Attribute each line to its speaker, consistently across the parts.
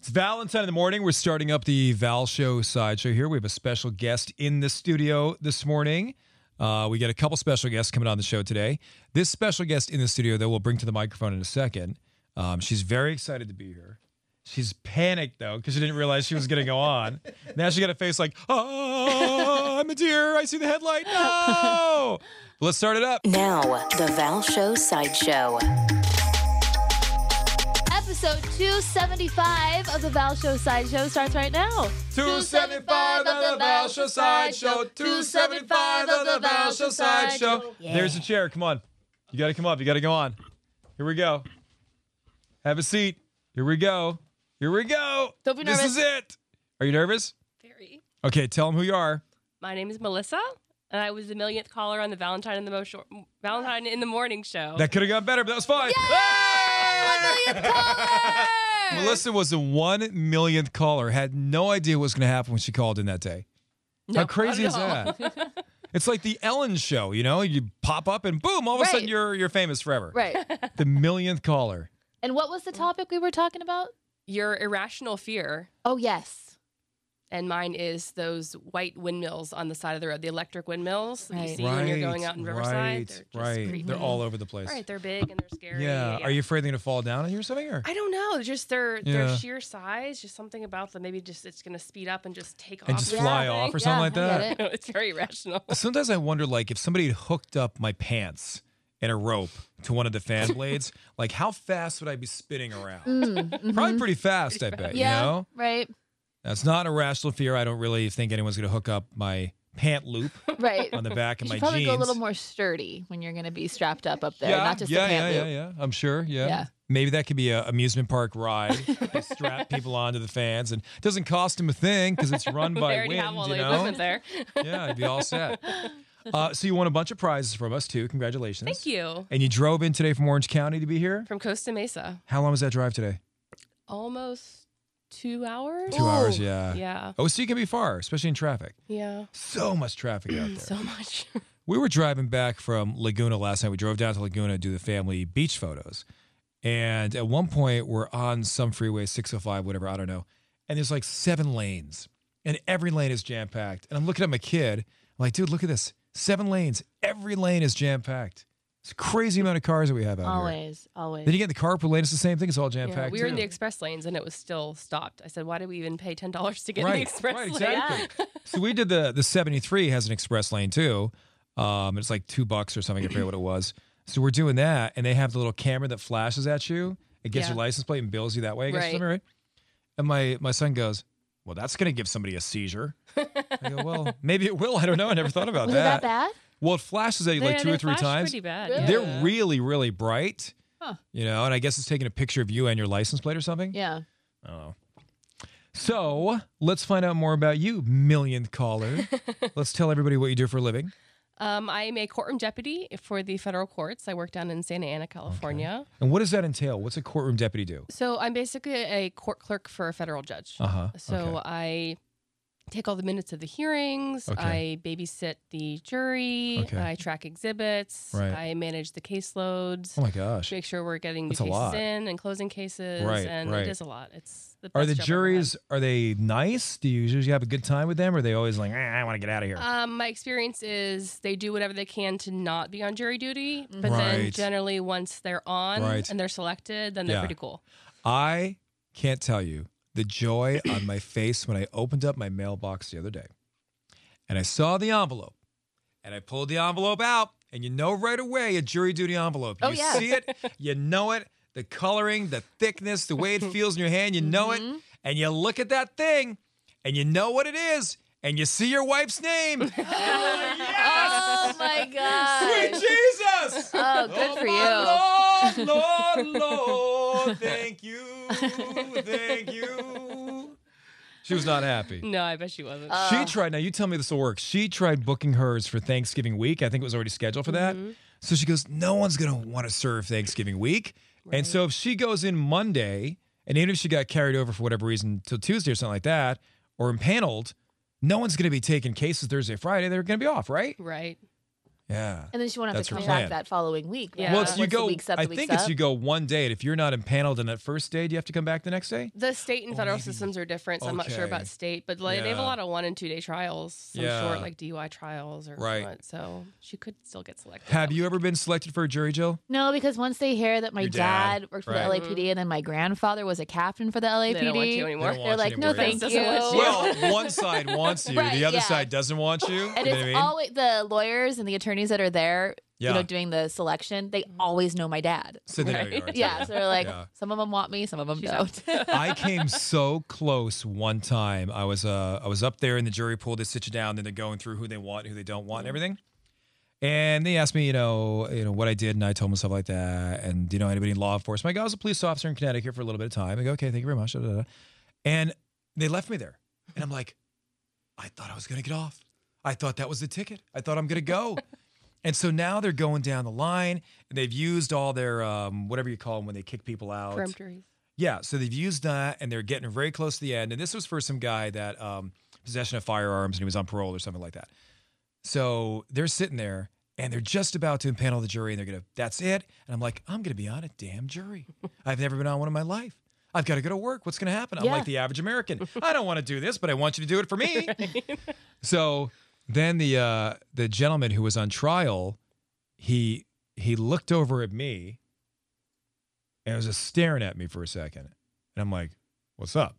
Speaker 1: It's Valentine in the morning. We're starting up the Val Show side show here. We have a special guest in the studio this morning. Uh, we get a couple special guests coming on the show today. This special guest in the studio that we'll bring to the microphone in a second. Um, she's very excited to be here. She's panicked though because she didn't realize she was going to go on. now she got a face like, "Oh, I'm a deer. I see the headlight. No!" But let's start it up.
Speaker 2: Now, the Val Show Sideshow.
Speaker 3: Episode 275 of the Val Show Sideshow starts right now.
Speaker 1: 275 of the Val Show Sideshow. 275 of the Val Show Sideshow. There's a chair. Come on. You got to come up. You got to go on. Here we go. Have a seat. Here we go. Here we go.
Speaker 4: Don't be
Speaker 1: This
Speaker 4: nervous.
Speaker 1: is it. Are you nervous?
Speaker 4: Very.
Speaker 1: Okay, tell them who you are.
Speaker 4: My name is Melissa, and I was the millionth caller on the Valentine in the Mo Shor- Valentine in the Morning show.
Speaker 1: That could have gone better, but that was fine. Melissa was the one millionth caller. Had no idea what was going to happen when she called in that day. How crazy is that? it's like the Ellen Show. You know, you pop up and boom, all of a sudden
Speaker 3: Right.
Speaker 1: you're you're famous forever.
Speaker 3: Right.
Speaker 1: The millionth caller.
Speaker 3: and what was the topic we were talking about?
Speaker 4: Your irrational fear,
Speaker 3: Oh, yes.
Speaker 4: and mine is those white windmills on the side of the road, the electric windmills that you
Speaker 3: Right.
Speaker 4: see when you're going out in Riverside.
Speaker 1: Right.
Speaker 4: They're just
Speaker 1: right.
Speaker 4: creepy.
Speaker 1: They're all over the place.
Speaker 4: Right, they're big and they're scary.
Speaker 1: yeah. Are you afraid they're going to fall down on you or something? Or?
Speaker 4: I don't know. It's Just their
Speaker 1: Yeah.
Speaker 4: their sheer size, just something about them. Maybe just it's gonna speed up and just take off.
Speaker 1: And just fly
Speaker 4: something.
Speaker 1: off or something like that.
Speaker 4: I know, it's very irrational.
Speaker 1: Sometimes I wonder, like, if somebody had hooked up my pants and a rope to one of the fan blades, like, how fast would I be spinning around? Probably pretty fast, I bet.
Speaker 3: Mm, mm-hmm. Yeah.
Speaker 1: You know,
Speaker 3: Right.
Speaker 1: that's not an irrational fear. I don't really think anyone's going to hook up my pant loop
Speaker 3: Right.
Speaker 1: on the back of
Speaker 3: You
Speaker 1: my
Speaker 3: should probably
Speaker 1: jeans.
Speaker 3: go a little more sturdy when you're going to be strapped up up there,
Speaker 1: yeah,
Speaker 3: not just
Speaker 1: yeah,
Speaker 3: the pant
Speaker 1: yeah,
Speaker 3: loop.
Speaker 1: yeah, yeah. I'm sure. Yeah.
Speaker 3: Yeah.
Speaker 1: Maybe that could be a amusement park ride. They strap people onto the fans, and it doesn't cost them a thing because it's run by
Speaker 4: they already
Speaker 1: wind.
Speaker 4: have all
Speaker 1: you
Speaker 4: the
Speaker 1: know?
Speaker 4: equipment there.
Speaker 1: Yeah, it'd be all set. Uh, so you won a bunch of prizes from us too. Congratulations!
Speaker 4: Thank you.
Speaker 1: And you drove in today from Orange County to be here.
Speaker 4: From Costa Mesa.
Speaker 1: How long was that drive today?
Speaker 4: almost two hours.
Speaker 1: Two hours. Yeah.
Speaker 4: Yeah.
Speaker 1: Oh, so you can be far, especially in traffic.
Speaker 4: Yeah.
Speaker 1: So much traffic out there.
Speaker 4: So much.
Speaker 1: we were driving back from Laguna last night. We drove down to Laguna to do the family beach photos. And at one point, we're on some freeway, 605, whatever, I don't know. And there's like seven lanes, and every lane is jam packed. And I'm looking at my kid, I'm like, dude, look at this. Seven lanes, every lane is jam packed. It's a crazy amount of cars that we have out here.
Speaker 3: Always, always.
Speaker 1: Then you get in the carpool lane, it's the same thing. It's all jam
Speaker 4: Yeah,
Speaker 1: packed.
Speaker 4: we were in the express lanes and it was still stopped. I said, why did we even pay ten dollars to get in
Speaker 1: right,
Speaker 4: the express
Speaker 1: right,
Speaker 4: lane?
Speaker 1: exactly. so we did the the 73 has an express lane too. Um, it's like two bucks or something. I forget what it was. So we're doing that, and they have the little camera that flashes at you. It gets your
Speaker 4: Yeah.
Speaker 1: license plate and bills you that way. I guess or
Speaker 4: Right.
Speaker 1: something, right? And my my son goes, "Well, that's going to give somebody a seizure." I go, "Well, maybe it will. I don't know. I never thought about
Speaker 3: was
Speaker 1: that."
Speaker 3: it that bad?
Speaker 1: Well, it flashes at you like
Speaker 4: They-
Speaker 1: two
Speaker 4: they
Speaker 1: or three
Speaker 4: flash
Speaker 1: times.
Speaker 4: Pretty bad.
Speaker 3: Really?
Speaker 4: yeah.
Speaker 1: They're really really bright.
Speaker 3: Huh.
Speaker 1: You know, and I guess it's taking a picture of you and your license plate or something.
Speaker 3: Yeah.
Speaker 1: Oh. So let's find out more about you, millionth caller. let's tell everybody what you do for a living.
Speaker 4: Um, I am a courtroom deputy for the federal courts. I work down in Santa Ana, California.
Speaker 1: And what does that entail? What's a courtroom deputy do?
Speaker 4: So I'm basically a court clerk for a federal judge.
Speaker 1: Uh huh.
Speaker 4: So I take all the minutes of the hearings.
Speaker 1: Okay.
Speaker 4: I babysit the jury.
Speaker 1: Okay.
Speaker 4: I track exhibits.
Speaker 1: Right.
Speaker 4: I manage the caseloads.
Speaker 1: oh my gosh.
Speaker 4: make sure we're getting new
Speaker 1: That's a lot.
Speaker 4: cases in and closing cases.
Speaker 1: Right,
Speaker 4: and
Speaker 1: right.
Speaker 4: it is a lot. It's the
Speaker 1: Are
Speaker 4: best
Speaker 1: the
Speaker 4: job I've ever had.
Speaker 1: juries are they nice? Do you usually have a good time with them? Or are they always like, "Eh, I want to get out of here?
Speaker 4: Um, my experience is they do whatever they can to not be on jury duty, but then
Speaker 1: Right.
Speaker 4: generally once they're on
Speaker 1: Right.
Speaker 4: and they're selected, then they're
Speaker 1: Yeah.
Speaker 4: pretty cool.
Speaker 1: I can't tell you the joy on my face when I opened up my mailbox the other day and I saw the envelope and I pulled the envelope out and you know right away a jury duty envelope.
Speaker 3: Oh,
Speaker 1: you
Speaker 3: yeah.
Speaker 1: see it, you know it, the coloring, the thickness, the way it feels in your hand, you know
Speaker 3: Mm-hmm.
Speaker 1: it. And you look at that thing and you know what it is and you see your wife's name. Sweet
Speaker 3: Oh my god.
Speaker 1: Jesus!
Speaker 3: Oh, good for you.
Speaker 1: Oh, my Lord, Lord, Lord, thank you, thank you, She was not happy.
Speaker 5: No, I bet she wasn't.
Speaker 3: Uh,
Speaker 1: She tried. Now you tell me this will work. She tried booking hers for Thanksgiving week. I think it was already scheduled for that.
Speaker 3: Mm-hmm.
Speaker 1: So she goes, no one's gonna want to serve Thanksgiving week. And so if she goes in Monday, and even if she got carried over for whatever reason till Tuesday or something like that, or impaneled, no one's gonna be taking cases Thursday, Friday. They're gonna be off, right?
Speaker 5: right.
Speaker 1: Yeah.
Speaker 3: And then she won't have
Speaker 1: That's
Speaker 3: to
Speaker 1: her
Speaker 3: come
Speaker 1: plan.
Speaker 3: back that following week. right?
Speaker 5: Yeah.
Speaker 1: Well, it's you
Speaker 3: Once the
Speaker 1: go.
Speaker 3: week's up,
Speaker 1: I
Speaker 3: the week's
Speaker 1: think it's
Speaker 3: up.
Speaker 1: you go one day, and if you're not impaneled on that first day, do you have to come back the next day?
Speaker 5: The state and
Speaker 1: Oh,
Speaker 5: federal
Speaker 1: maybe.
Speaker 5: systems are different, so I'm not sure
Speaker 1: Okay.
Speaker 5: about state, but like, they have a
Speaker 1: Yeah.
Speaker 5: lot of one and two day trials, some
Speaker 1: Yeah.
Speaker 5: short like DUI trials or
Speaker 1: Right.
Speaker 5: what. So she could still get selected.
Speaker 1: Have you ever been selected for a jury, Jill?
Speaker 3: No, because once they hear that my
Speaker 1: Your dad,
Speaker 3: dad, worked for
Speaker 1: right.
Speaker 3: the LAPD and then my grandfather was a captain for the LAPD,
Speaker 5: They don't want you
Speaker 1: They
Speaker 5: anymore.
Speaker 1: don't want
Speaker 3: are
Speaker 1: you
Speaker 3: like, no,
Speaker 1: anymore, yeah.
Speaker 3: thank you.
Speaker 5: Doesn't want you.
Speaker 1: Well, one side wants you,
Speaker 3: Oh. Right,
Speaker 1: the other
Speaker 3: yeah.
Speaker 1: side doesn't want you.
Speaker 3: And
Speaker 1: you know
Speaker 3: it's
Speaker 1: what I mean?
Speaker 3: always the lawyers and the attorneys that are there,
Speaker 1: Yeah.
Speaker 3: you know, doing the selection. They always know my dad.
Speaker 1: so there you are. too.
Speaker 3: Yeah, so they're like,
Speaker 1: Yeah.
Speaker 3: some of them want me, some of them don't.
Speaker 1: I came so close one time. I was uh I was up there in the jury pool. They sit you down, then they're going through who they want, who they don't want, and
Speaker 3: Mm-hmm.
Speaker 1: everything. And they asked me, you know, you know what I did, and I told them stuff like that. And do you know anybody in law enforcement? I go, I was a police officer in Connecticut for a little bit of time. I go, okay, thank you very much. da, da, da." And they left me there, and I'm like, I thought I was gonna get off. I thought that was the ticket. I thought I'm gonna go. And so now they're going down the line, and they've used all their um, whatever you call them when they kick people out.
Speaker 5: Peremptories.
Speaker 1: Yeah, so they've used that and they're getting very close to the end. And this was for some guy that um, possession of firearms and he was on parole or something like that. So they're sitting there and they're just about to impanel the jury and they're gonna, that's it. And I'm like, I'm gonna be on a damn jury. I've never been on one in my life. I've got to go to work. What's gonna happen? I'm
Speaker 3: Yeah.
Speaker 1: like the average American. I don't want to do this, but I want you to do it for me. so then the uh, the gentleman who was on trial, he he looked over at me and was just staring at me for a second. And I'm like, what's up?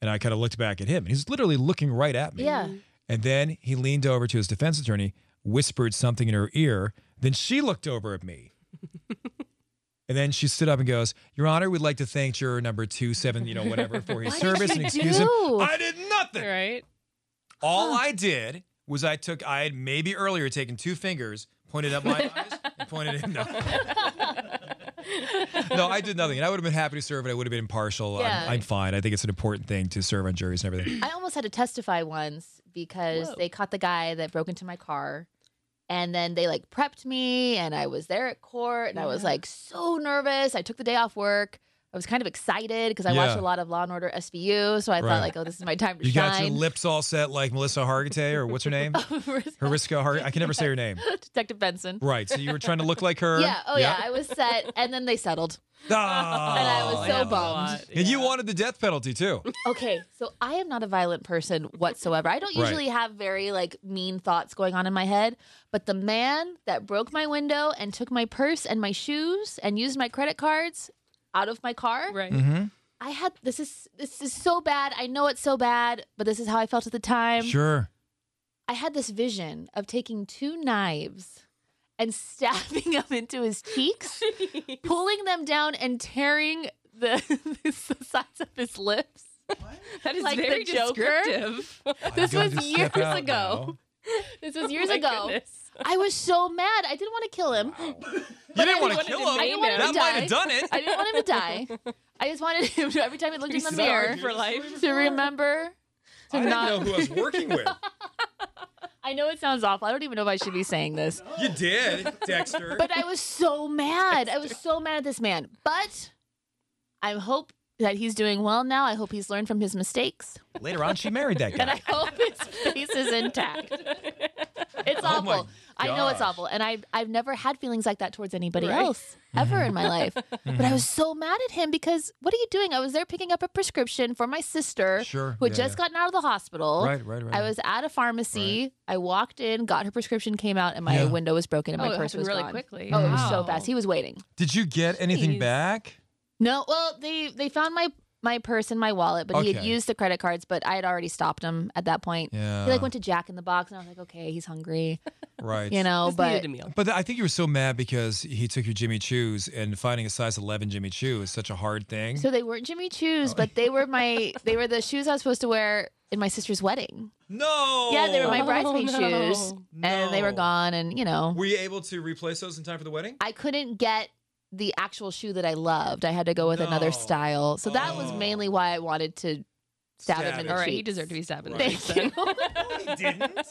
Speaker 1: And I kind of looked back at him. And he's literally looking right at me.
Speaker 3: yeah.
Speaker 1: And then he leaned over to his defense attorney, whispered something in her ear. Then she looked over at me. and then she stood up and goes, Your Honor, we'd like to thank juror number two, seven, you know, whatever, for his
Speaker 3: What did
Speaker 1: service
Speaker 3: you
Speaker 1: and excuse him.
Speaker 3: do?
Speaker 1: I did nothing.
Speaker 5: Right?
Speaker 1: All I did was I took, I had maybe earlier taken two fingers, pointed up my eyes, and pointed at him. No. no, I did nothing. And I would have been happy to serve it. I would have been impartial.
Speaker 3: Yeah.
Speaker 1: I'm, I'm fine. I think it's an important thing to serve on juries and everything.
Speaker 3: I almost had to testify once because they caught the guy that broke into my car. And then they like prepped me, and I was there at court, and I was like so nervous. I took the day off work. I was kind of excited because I watched
Speaker 1: Yeah.
Speaker 3: a lot of Law and Order SVU, so I
Speaker 1: Right.
Speaker 3: thought like, oh, this is my time to
Speaker 1: You got your
Speaker 3: shine.
Speaker 1: lips all set like Melissa Hargitay or what's her name? Hariska Har. I can never say her name.
Speaker 3: Detective Benson.
Speaker 1: Right. So you were trying to look like her.
Speaker 3: Yeah. Oh yeah. I was set, and then they settled,
Speaker 1: Ah.
Speaker 3: and I was so
Speaker 5: happens a
Speaker 3: bummed.
Speaker 5: lot.
Speaker 1: And you wanted the death penalty too.
Speaker 3: Okay, so I am not a violent person whatsoever. I don't
Speaker 1: Right.
Speaker 3: usually have very like mean thoughts going on in my head, but the man that broke my window and took my purse and my shoes and used my credit cards out of my car,
Speaker 5: Right.
Speaker 1: Mm-hmm.
Speaker 3: I had this is this is so bad. I know it's so bad, but this is how I felt at the time.
Speaker 1: Sure.
Speaker 3: I had this vision of taking two knives and stabbing them into his cheeks, pulling them down and tearing the, the sides of his lips.
Speaker 5: That is
Speaker 3: Like the
Speaker 5: very
Speaker 3: Joker?
Speaker 5: descriptive.
Speaker 3: This
Speaker 1: I'm
Speaker 3: was
Speaker 1: gonna step
Speaker 3: years
Speaker 1: out
Speaker 3: ago. This was years
Speaker 5: Oh My
Speaker 3: ago.
Speaker 5: goodness.
Speaker 3: I was so mad. I didn't want to kill him.
Speaker 1: now. You didn't want to
Speaker 5: wanted
Speaker 1: kill
Speaker 5: to
Speaker 1: him.
Speaker 5: name I didn't want him.
Speaker 1: that
Speaker 3: him to
Speaker 1: might have
Speaker 3: die.
Speaker 1: done it.
Speaker 3: I didn't want him to die. I just wanted him to, every time he looked in the mirror,
Speaker 5: Scarred for life.
Speaker 3: to remember. To
Speaker 1: I didn't
Speaker 3: not,
Speaker 1: know who I was working with.
Speaker 3: I know it sounds awful. I don't even know if I should be saying this.
Speaker 1: You did, Dexter.
Speaker 3: But I was so mad. I was so mad at this man. But I hope that he's doing well now. I hope he's learned from his mistakes.
Speaker 1: Later on, she married that
Speaker 3: And
Speaker 1: guy.
Speaker 3: I hope his face is intact. It's
Speaker 1: Oh my
Speaker 3: awful. I know it's
Speaker 1: gosh.
Speaker 3: awful. And I, I've never had feelings like that towards anybody
Speaker 5: Right.
Speaker 3: else ever in my life. But I was so mad at him because what are you doing? I was there picking up a prescription for my sister
Speaker 1: Sure.
Speaker 3: who had
Speaker 1: Yeah,
Speaker 3: just
Speaker 1: yeah.
Speaker 3: gotten out of the hospital.
Speaker 1: Right, right, right,
Speaker 3: I
Speaker 1: right.
Speaker 3: was at a pharmacy. I walked in, got her prescription, came out, and my
Speaker 1: Yeah.
Speaker 3: window was broken and
Speaker 5: Oh,
Speaker 3: my
Speaker 5: it
Speaker 3: purse
Speaker 5: happened
Speaker 3: was
Speaker 5: really
Speaker 3: gone.
Speaker 5: quickly.
Speaker 3: Oh, it was so
Speaker 5: Wow.
Speaker 3: fast. He was waiting.
Speaker 1: Did you get anything
Speaker 5: Jeez.
Speaker 1: back?
Speaker 3: No, well, they they found my my purse and my wallet, but he had
Speaker 1: Okay.
Speaker 3: used the credit cards, but I had already stopped him at that point.
Speaker 1: Yeah.
Speaker 3: He like went to Jack in the Box, and I was like, okay, he's hungry,
Speaker 1: Right.
Speaker 3: you know.
Speaker 5: Just
Speaker 3: but
Speaker 5: needed a meal.
Speaker 1: But th- I think you were so mad because he took your Jimmy Choo's, and finding a size 11 Jimmy Choo is such a hard thing.
Speaker 3: so they weren't Jimmy
Speaker 1: Oh.
Speaker 3: Choo's, but they were my they were the shoes I was supposed to wear in my sister's wedding.
Speaker 1: no.
Speaker 3: Yeah, they were my
Speaker 5: Oh,
Speaker 3: bridesmaid
Speaker 5: no.
Speaker 3: shoes, and they were
Speaker 1: No.
Speaker 3: gone. And you know,
Speaker 1: Were you able to replace those in time for the wedding?
Speaker 3: I couldn't get the actual shoe that I loved. I had to go with
Speaker 1: No.
Speaker 3: another style. So that was
Speaker 1: Oh.
Speaker 3: mainly why I wanted to
Speaker 1: Stab
Speaker 3: stab him in
Speaker 1: him.
Speaker 3: the
Speaker 5: All right,
Speaker 3: cheeks.
Speaker 5: he deserved to be stabbed in the
Speaker 3: Thank
Speaker 5: face. then.
Speaker 3: you.
Speaker 1: He didn't.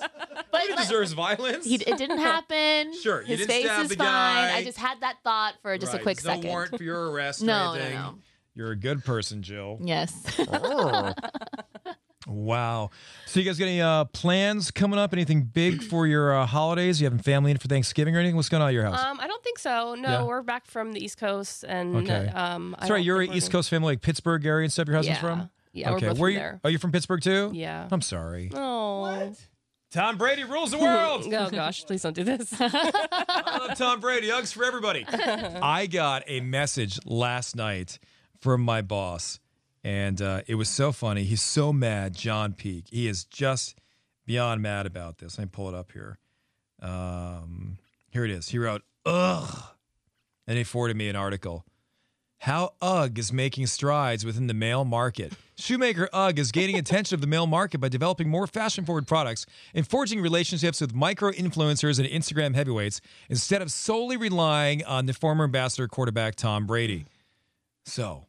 Speaker 3: But
Speaker 1: he
Speaker 3: let-
Speaker 1: deserves violence.
Speaker 3: He, it didn't happen.
Speaker 1: Sure, you
Speaker 3: his
Speaker 1: didn't
Speaker 3: face
Speaker 1: stab
Speaker 3: is
Speaker 1: the
Speaker 3: fine.
Speaker 1: guy.
Speaker 3: I just had that thought for just
Speaker 1: Right.
Speaker 3: a quick
Speaker 1: There's
Speaker 3: second.
Speaker 1: No warrant for your arrest.
Speaker 3: No,
Speaker 1: or
Speaker 3: no,
Speaker 1: anything.
Speaker 3: no.
Speaker 1: You're a good person, Jill.
Speaker 3: Yes.
Speaker 1: Oh. wow. So you guys got any uh, plans coming up? Anything big for your uh, holidays? You having family in for Thanksgiving or anything? What's going on at your house?
Speaker 5: Um, I don't think so. No,
Speaker 1: Yeah.
Speaker 5: we're back from the East Coast, and
Speaker 1: Okay.
Speaker 5: um, I
Speaker 1: That's right.
Speaker 5: don't
Speaker 1: You're
Speaker 5: think
Speaker 1: an
Speaker 5: we're
Speaker 1: East
Speaker 5: gonna-
Speaker 1: Coast family, like Pittsburgh area and stuff. Your husband's
Speaker 5: yeah.
Speaker 1: from.
Speaker 5: Yeah,
Speaker 1: okay.
Speaker 5: we're both
Speaker 1: Where
Speaker 5: from
Speaker 1: you?
Speaker 5: there.
Speaker 1: Oh, you're from Pittsburgh too.
Speaker 5: Yeah.
Speaker 1: I'm sorry.
Speaker 5: Oh.
Speaker 1: Tom Brady rules the world.
Speaker 5: Oh gosh, please don't do this.
Speaker 1: I love Tom Brady. Hugs for everybody. I got a message last night from my boss, and uh, it was so funny. He's so mad, John Peak. He is just beyond mad about this. Let me pull it up here. Um, here it is. He wrote, "Ugh," and he forwarded me an article. How UGG is making strides within the male market. Shoemaker UGG is gaining attention of the male market by developing more fashion forward products and forging relationships with micro influencers and Instagram heavyweights instead of solely relying on the former ambassador quarterback Tom Brady. So,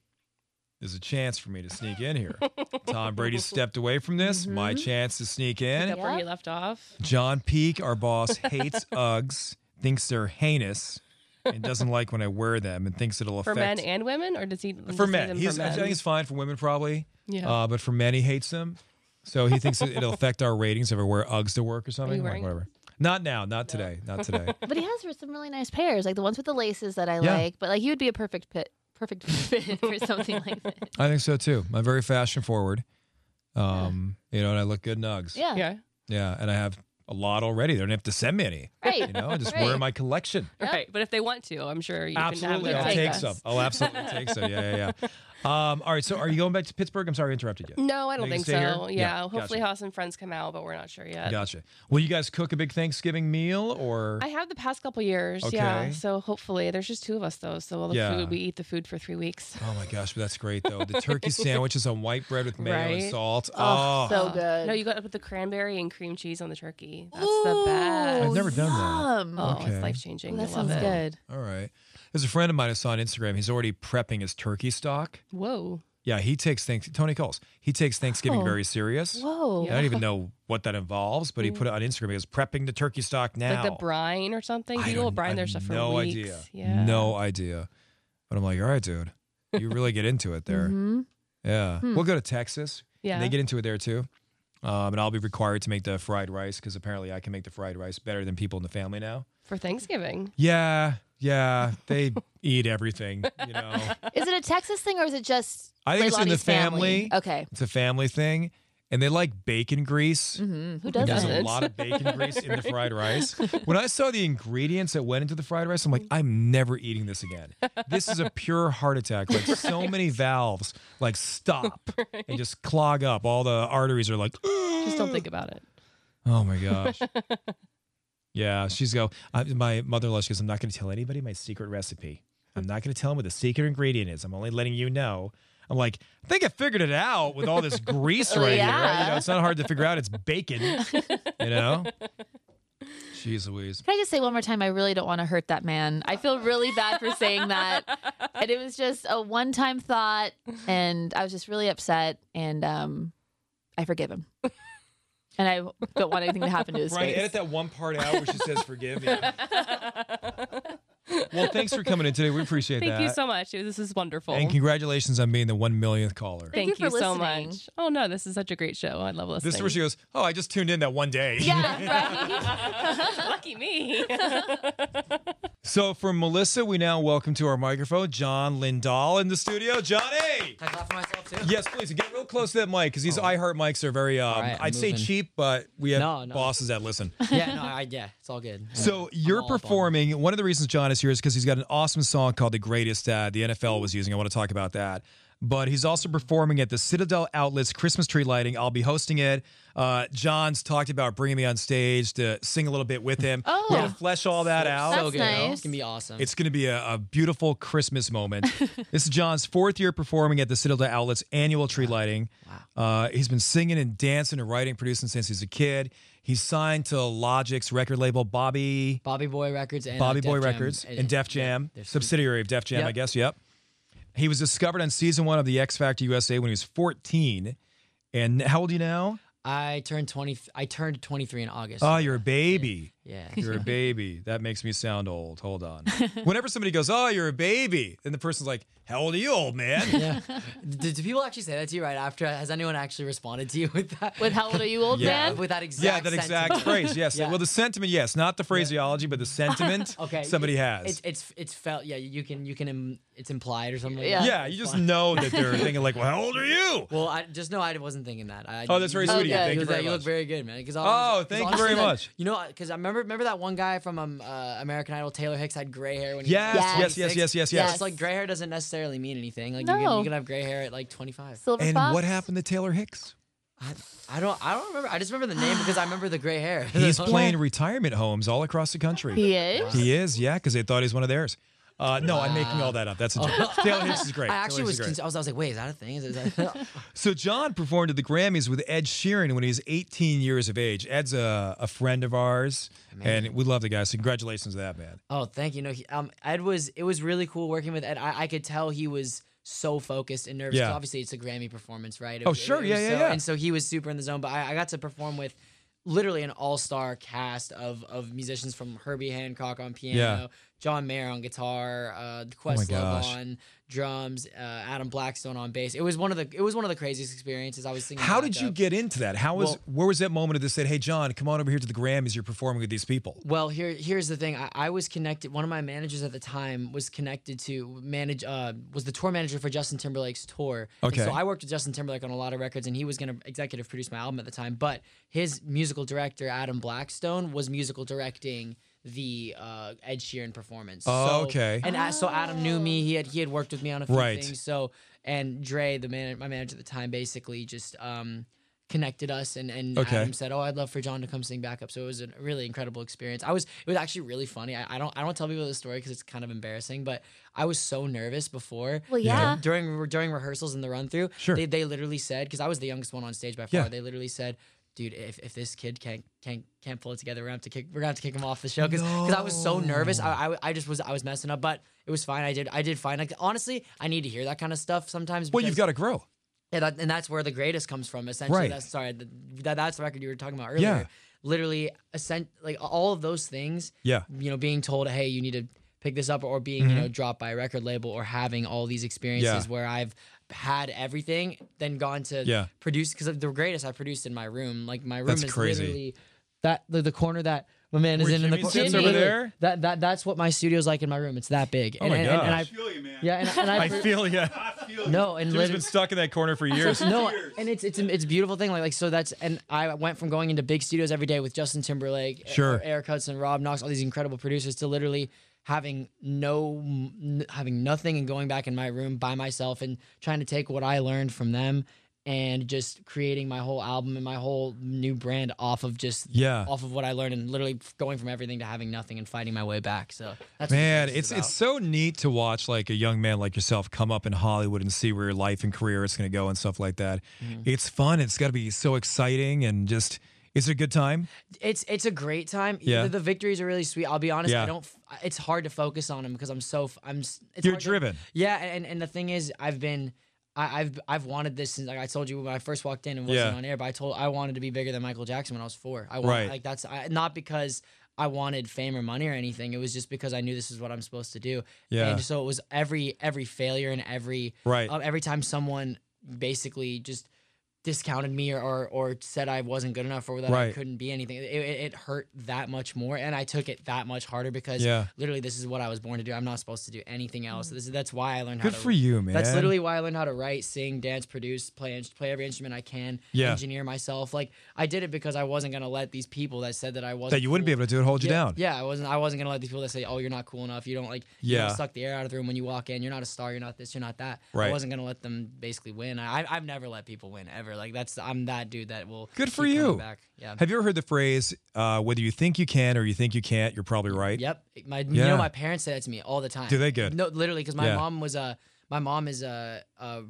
Speaker 1: there's a chance for me to sneak in here. Tom Brady stepped away from this. My chance to sneak in.
Speaker 5: Up where he left off.
Speaker 1: John Peak, our boss, hates Uggs, thinks they're heinous, and doesn't like when I wear them, and thinks it'll
Speaker 5: For
Speaker 1: affect
Speaker 5: men and women, or does he does he
Speaker 1: for
Speaker 5: see
Speaker 1: men.
Speaker 5: them
Speaker 1: He's,
Speaker 5: for
Speaker 1: I think
Speaker 5: men?
Speaker 1: it's fine for women probably.
Speaker 5: Yeah.
Speaker 1: Uh, but for men, he hates them, so he thinks it- it'll affect our ratings if I wear Uggs to work or something.
Speaker 5: you
Speaker 1: Like,
Speaker 5: wearing-
Speaker 1: whatever. Not now. Not today. Not today.
Speaker 3: but he has some really nice pairs, like the ones with the laces that I
Speaker 1: Yeah.
Speaker 3: like. But like, you would be a perfect fit, perfect fit for something like this.
Speaker 1: I think so too. I'm very fashion forward. Um, you know, and I look good in Uggs.
Speaker 3: Yeah.
Speaker 5: yeah.
Speaker 1: Yeah, and I have a lot already. They don't have to send me any.
Speaker 3: Right.
Speaker 1: You know, I just
Speaker 3: right.
Speaker 1: wear my collection.
Speaker 5: Right, but if they want to, I'm sure you
Speaker 1: Absolutely,
Speaker 5: can
Speaker 1: I'll
Speaker 5: have them
Speaker 1: take
Speaker 5: us.
Speaker 1: some. I'll absolutely take some. Yeah, yeah, yeah. Um, all right. So, are you going back to Pittsburgh? I'm sorry, I interrupted you.
Speaker 5: No, I don't
Speaker 1: They can
Speaker 5: think so.
Speaker 1: stay
Speaker 5: Yeah,
Speaker 1: here? Yeah,
Speaker 5: hopefully
Speaker 1: gotcha.
Speaker 5: House and Friends come out, but we're not sure yet.
Speaker 1: Gotcha. Will you guys cook a big Thanksgiving meal or?
Speaker 5: I have the past couple years, yeah.
Speaker 1: Okay.
Speaker 5: So hopefully, there's just two of us though. So all the
Speaker 1: Yeah.
Speaker 5: food we eat the food for three weeks.
Speaker 1: Oh my gosh, but that's great though. The turkey sandwiches on white bread with mayo and
Speaker 5: Right?
Speaker 1: salt.
Speaker 3: Oh,
Speaker 1: Oh,
Speaker 3: so good.
Speaker 5: No, you got to put the cranberry and cream cheese on the turkey. That's the best.
Speaker 1: I've never done that.
Speaker 3: Yum.
Speaker 5: Oh,
Speaker 1: Okay.
Speaker 5: it's life changing.
Speaker 3: Um, that
Speaker 5: I love
Speaker 3: sounds
Speaker 5: it.
Speaker 3: good.
Speaker 1: All right. There's a friend of mine I saw on Instagram. He's already prepping his turkey stock.
Speaker 5: Whoa.
Speaker 1: Yeah, he takes thanks. Tony calls. He takes Thanksgiving
Speaker 3: Oh.
Speaker 1: very serious.
Speaker 3: Whoa.
Speaker 1: I don't even know what that involves, but he put it on Instagram. He goes prepping the turkey stock now.
Speaker 5: Like the brine or something.
Speaker 1: I
Speaker 5: People will
Speaker 1: don't- I
Speaker 5: brine their
Speaker 1: have
Speaker 5: stuff for
Speaker 1: no
Speaker 5: weeks.
Speaker 1: idea.
Speaker 5: Yeah.
Speaker 1: No idea. But I'm like, all right, dude, you really get into it there.
Speaker 3: Mhm.
Speaker 1: Yeah. We'll go to Texas.
Speaker 5: Mm-hmm. Hmm. Yeah.
Speaker 1: And they get into it there too. Um, and I'll be required to make the fried rice because apparently I can make the fried rice better than people in the family now.
Speaker 5: for Thanksgiving.
Speaker 1: Yeah, yeah, they eat everything. You know,
Speaker 3: Is it a Texas thing or is it just?
Speaker 1: I think it's in the
Speaker 3: Leilani's family?
Speaker 1: family.
Speaker 3: Okay.
Speaker 1: it's a family thing, and they like bacon grease.
Speaker 3: Mm-hmm. Who
Speaker 1: There's
Speaker 3: doesn't?
Speaker 1: a
Speaker 5: doesn't?
Speaker 1: lot of bacon grease in the fried rice. When I saw the ingredients that went into the fried rice, I'm like, I'm never eating this again. This is a pure heart attack. Like so many valves, like stop and just clog up. All the arteries are like,
Speaker 5: Just
Speaker 1: Mm.
Speaker 5: don't think about it.
Speaker 1: Oh my gosh. yeah, she's go. I, my mother-in-law she goes, "I'm not going to tell anybody my secret recipe. I'm not going to tell them what the secret ingredient is. I'm only letting you know." I'm like, I think I figured it out with all this grease right here. You know,
Speaker 3: Yeah.
Speaker 1: it's not hard to figure out. It's bacon. You know. Jeez Louise.
Speaker 3: Can I just say one more time? I really don't want to hurt that man. I feel really bad for saying that. And it was just a one time thought. And I was just really upset. And um, I forgive him. And I don't want anything to happen to his
Speaker 1: Brian,
Speaker 3: face.
Speaker 1: edit that one part out where she says, "Forgive me." well, thanks for coming in today. We appreciate
Speaker 5: Thank
Speaker 1: that.
Speaker 5: you so much. This is wonderful.
Speaker 1: And congratulations on being the one millionth caller.
Speaker 5: Thank,
Speaker 3: Thank you
Speaker 5: you,
Speaker 3: for
Speaker 5: so
Speaker 3: listening.
Speaker 5: much. Oh no, this is such a great show. I love listening.
Speaker 1: This is where she goes, "Oh, I just tuned in that one day."
Speaker 3: Yeah, right.
Speaker 5: Lucky me.
Speaker 1: So for Melissa, we now welcome to our microphone John Lindahl in the studio. Johnny!
Speaker 6: I clap for myself too.
Speaker 1: Yes, please get real close to that mic because these iHeart mics are very, um,
Speaker 6: Oh. right, I'm
Speaker 1: I'd say
Speaker 6: moving.
Speaker 1: cheap, but we have
Speaker 6: No, no.
Speaker 1: bosses that listen.
Speaker 6: yeah, no, I, yeah, it's all good.
Speaker 1: So you're performing. One of the reasons John is here is because he's got an awesome song called "The Greatest" that the NFL was using. I want to talk about that. But he's also performing at the Citadel Outlets Christmas tree lighting. I'll be hosting it. Uh, John's talked about bringing me on stage to sing a little bit with him.
Speaker 3: Oh.
Speaker 1: We're gonna flesh all that out.
Speaker 6: so
Speaker 3: That's
Speaker 6: good.
Speaker 3: nice.
Speaker 6: It's gonna be awesome.
Speaker 1: It's going to be a, a beautiful Christmas moment. this is John's fourth year performing at the Citadel Outlets annual tree lighting. Wow. Uh, he's been singing and dancing and writing, producing since he's a kid. He's signed to Logic's record label, Bobby
Speaker 6: Bobby Boy Records and uh,
Speaker 1: Bobby
Speaker 6: Def
Speaker 1: Boy
Speaker 6: Jam
Speaker 1: Records and, Def Jam,
Speaker 6: there's-
Speaker 1: subsidiary of Def Jam, I
Speaker 6: Yep.
Speaker 1: guess. Yep. He was discovered on season one of the X Factor USA when he was 14, And how old are you now?
Speaker 4: I turned twenty. I turned twenty three in August.
Speaker 1: Oh, you're a baby.
Speaker 4: yeah.
Speaker 1: You're a baby. That makes me sound old. Hold on. Whenever somebody goes, "Oh, you're a baby," then the person's like, "How old are you, old man?"
Speaker 4: yeah. Do, do people actually say that to you right after? Has anyone actually responded to you with that?
Speaker 3: With how old are you, old
Speaker 1: Yeah.
Speaker 3: man?
Speaker 4: With that exact.
Speaker 1: yeah, that exact
Speaker 4: sentiment?
Speaker 1: phrase. Yes.
Speaker 4: Yeah.
Speaker 1: Well, the sentiment, yes, not the phraseology, but the sentiment.
Speaker 4: Okay.
Speaker 1: Somebody has.
Speaker 4: It's it's it's felt. Yeah, you can you can Im- it's implied or something. like
Speaker 3: Yeah.
Speaker 4: that.
Speaker 1: yeah,
Speaker 4: It's
Speaker 1: you just
Speaker 4: fine.
Speaker 1: know that they're thinking like, "Well, how old are you?"
Speaker 4: Well, I just know I wasn't thinking that. I,
Speaker 1: Oh, that's very
Speaker 4: you-
Speaker 1: sweet of you.
Speaker 3: Okay.
Speaker 1: Thank you
Speaker 4: was
Speaker 1: very
Speaker 4: like, you look
Speaker 1: much."
Speaker 4: very good, man. 'Cause I
Speaker 1: Oh,
Speaker 4: was- 'cause
Speaker 1: thank you
Speaker 4: honestly,
Speaker 1: very
Speaker 4: that-
Speaker 1: much.
Speaker 4: You know, because I remember remember that one guy from um, uh, American Idol, Taylor Hicks, had gray hair when he
Speaker 1: Yes,
Speaker 3: yes,
Speaker 4: was
Speaker 1: yes,
Speaker 4: 26.
Speaker 1: yes, yes, yes,
Speaker 4: Yeah,
Speaker 1: yes.
Speaker 4: It's like gray hair doesn't necessarily mean anything. Like you, can,
Speaker 3: No.
Speaker 4: you can have gray hair at like 25.
Speaker 3: Silver
Speaker 1: And
Speaker 3: fox.
Speaker 1: what happened to Taylor Hicks?
Speaker 4: I, I don't I don't remember. I just remember the name because I remember the gray hair.
Speaker 1: He's playing retirement homes all across the country.
Speaker 3: He is.
Speaker 1: He is, yeah, because they thought he's one of theirs. Uh, no, I'm making all that up. That's a joke. Taylor Hicks is great.
Speaker 4: I
Speaker 1: Taylor
Speaker 4: actually
Speaker 1: Hicks is
Speaker 4: was,
Speaker 1: great.
Speaker 4: cons- I was. I was like, wait, is that a thing? Is, is that
Speaker 1: So John performed at the Grammys with Ed Sheeran when he was 18 years of age. Ed's a, a friend of ours, and we love the guy. So congratulations to that man.
Speaker 4: Oh, thank you. No, he, um, Ed was. It was really cool working with Ed. I, I could tell he was so focused and nervous. 'cause
Speaker 1: Yeah.
Speaker 4: Obviously, it's a Grammy performance, right? It
Speaker 1: Oh,
Speaker 4: was-
Speaker 1: sure. Yeah,
Speaker 4: was
Speaker 1: yeah,
Speaker 4: so-
Speaker 1: yeah.
Speaker 4: And so he was super in the zone. But I, I got to perform with literally an all-star cast of of musicians from Herbie Hancock on piano,
Speaker 1: Yeah. Oh
Speaker 4: John Mayer on guitar, uh, Questlove
Speaker 1: gosh.
Speaker 4: on drums, uh, Adam Blackstone on bass. It was one of the. It was one of the craziest experiences. I was singing.
Speaker 1: How did you
Speaker 4: backup.
Speaker 1: get into that? How was
Speaker 4: Well-
Speaker 1: where was that moment that said, "Hey, John, come on over here to the Grammys. You're performing with these people."
Speaker 4: Well, here here's the thing. I, I was connected. One of my managers at the time was connected to manage. Uh, was the tour manager for Justin Timberlake's tour. And
Speaker 1: Okay.
Speaker 4: so I worked with Justin Timberlake on a lot of records, and he was gonna executive produce my album at the time. But his musical director Adam Blackstone was musical directing the uh, Ed Sheeran performance.
Speaker 1: Oh,
Speaker 4: So-
Speaker 1: okay.
Speaker 4: And a- so Adam knew me. He had he had worked with me on a few
Speaker 1: Right.
Speaker 4: things. So and Dre, the man, my manager at the time, basically just. Um, connected us and and
Speaker 1: Okay.
Speaker 4: Adam said, "Oh, I'd love for John to come sing backup." So it was a really incredible experience. I was it was actually really funny. I, I don't I don't tell people this story because it's kind of embarrassing, but I was so nervous before.
Speaker 3: Well, yeah.
Speaker 4: Dur- During during rehearsals and the run through,
Speaker 1: Sure.
Speaker 4: they they literally said because I was the youngest one on stage by far.
Speaker 1: Yeah.
Speaker 4: They literally said. Dude, if, if this kid can't can't can't pull it together, we're gonna have to kick we're gonna have to kick him off the show because I was so nervous. I, I I just was I was messing up, but it was fine. I did I did fine. Like honestly, I need to hear that kind of stuff sometimes.
Speaker 1: Well, you've
Speaker 4: because-
Speaker 1: got to grow.
Speaker 4: yeah, that, and that's where the greatest comes from. Essentially,
Speaker 1: Right.
Speaker 4: that's sorry, th- that, that's the record you were talking about earlier.
Speaker 1: Yeah.
Speaker 4: Literally, ascent, like all of those things.
Speaker 1: Yeah. Mm-hmm.
Speaker 4: You know, being told, hey, you need to pick this up, or being you know dropped by a record label, or having all these experiences
Speaker 1: Yeah.
Speaker 4: where I've had everything, then gone to
Speaker 1: Yeah.
Speaker 4: produce because the greatest I produced in my room. Like my room
Speaker 1: That's
Speaker 4: is
Speaker 1: crazy.
Speaker 4: literally that the, the corner that. My man is
Speaker 1: Where
Speaker 4: in, in the
Speaker 1: Jimmy
Speaker 4: corner.
Speaker 1: sits over there? Oh
Speaker 4: That, that that's what my studio's like in my room. It's that big.
Speaker 1: my
Speaker 4: and, and, and I
Speaker 1: gosh.
Speaker 4: feel you, man. Yeah, and, and I,
Speaker 1: I feel yeah.
Speaker 4: no, and
Speaker 1: Jim's
Speaker 4: literally,
Speaker 1: been stuck in that corner for years.
Speaker 4: no, and it's it's it's a beautiful thing. Like like so that's and I went from going into big studios every day with Justin Timberlake,
Speaker 1: Sure.
Speaker 4: E- Eric Hudson, Rob Knox, all these incredible producers to literally having no n- having nothing and going back in my room by myself and trying to take what I learned from them and just creating my whole album and my whole new brand off of just
Speaker 1: Yeah.
Speaker 4: off of what I learned and literally going from everything to having nothing and fighting my way back. So that's what
Speaker 1: Man,
Speaker 4: this is
Speaker 1: it's
Speaker 4: about.
Speaker 1: it's so neat to watch like a young man like yourself come up in Hollywood and see where your life and career is going to go and stuff like that.
Speaker 4: Mm-hmm.
Speaker 1: It's fun. It's got to be so exciting and just is it a good time?
Speaker 4: It's it's a great time.
Speaker 1: Yeah.
Speaker 4: Yeah. The, the victories are really sweet. I'll be honest.
Speaker 1: Yeah.
Speaker 4: I don't. f- It's hard to focus on them because I'm so. f- I'm. s- It's
Speaker 1: You're
Speaker 4: hard to-
Speaker 1: driven.
Speaker 4: yeah, and and the thing is, I've been. I, I've I've wanted this since like I told you when I first walked in and wasn't
Speaker 1: Yeah.
Speaker 4: on air, but I told I wanted to be bigger than Michael Jackson when I was four. I wanted,
Speaker 1: Right.
Speaker 4: like that's I, not because I wanted fame or money or anything. It was just because I knew this is what I'm supposed to do.
Speaker 1: Yeah.
Speaker 4: And so it was every every failure and every
Speaker 1: Right.
Speaker 4: um, every time someone basically just discounted me or, or or said I wasn't good enough or that I
Speaker 1: Right.
Speaker 4: couldn't be anything. It, it, it hurt that much more, and I took it that much harder because
Speaker 1: Yeah.
Speaker 4: literally this is what I was born to do. I'm not supposed to do anything else. This is that's why I learned.
Speaker 1: Good
Speaker 4: how to,
Speaker 1: for you, man.
Speaker 4: That's literally why I learned how to write, sing, dance, produce, play ins- play every instrument I can.
Speaker 1: Yeah.
Speaker 4: engineer myself. Like I did it because I wasn't gonna let these people that said that I wasn't
Speaker 1: That you wouldn't be
Speaker 4: cool-
Speaker 1: able to do it hold you
Speaker 4: yeah,
Speaker 1: down.
Speaker 4: Yeah, I wasn't. I wasn't gonna let these people that say, "Oh, you're not cool enough. You don't like. You
Speaker 1: Yeah.
Speaker 4: don't suck the air out of the room when you walk in. You're not a star. You're not this. You're not that."
Speaker 1: Right.
Speaker 4: I wasn't gonna let them basically win. I, I've never let people win ever. Like that's I'm that dude that will.
Speaker 1: Good for
Speaker 4: keep coming
Speaker 1: you.
Speaker 4: Back. Yeah.
Speaker 1: Have you ever heard the phrase uh, whether you think you can or you think you can't, you're probably right?
Speaker 4: Yep. My you
Speaker 1: Yeah.
Speaker 4: know my parents say that to me all the time.
Speaker 1: Do they good?
Speaker 4: No, literally, because my
Speaker 1: Yeah.
Speaker 4: mom was a. My mom is a. a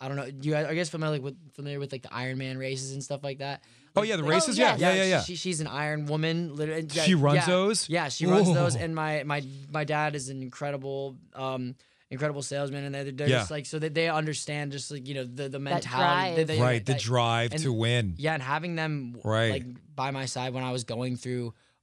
Speaker 4: I don't know. You guys, are you guys familiar like, with familiar with like the Iron Man races and stuff like that?
Speaker 1: Oh yeah, the
Speaker 4: Like-
Speaker 1: races, yeah. Yeah, yeah, yeah.
Speaker 4: She, she's an Iron Woman. Literally,
Speaker 1: She runs
Speaker 4: yeah,
Speaker 1: those?
Speaker 4: Yeah, she runs those.
Speaker 1: Whoa.
Speaker 4: And my my my dad is an incredible um, incredible salesmen, and they're, they're
Speaker 1: Yeah.
Speaker 4: just like so that they understand just like you know the the mentality,
Speaker 3: drive.
Speaker 4: that they-
Speaker 1: right, the
Speaker 4: that-
Speaker 1: drive to
Speaker 4: and-
Speaker 1: win.
Speaker 4: Yeah, and having them w-
Speaker 1: Right.
Speaker 4: like by my side when I was going through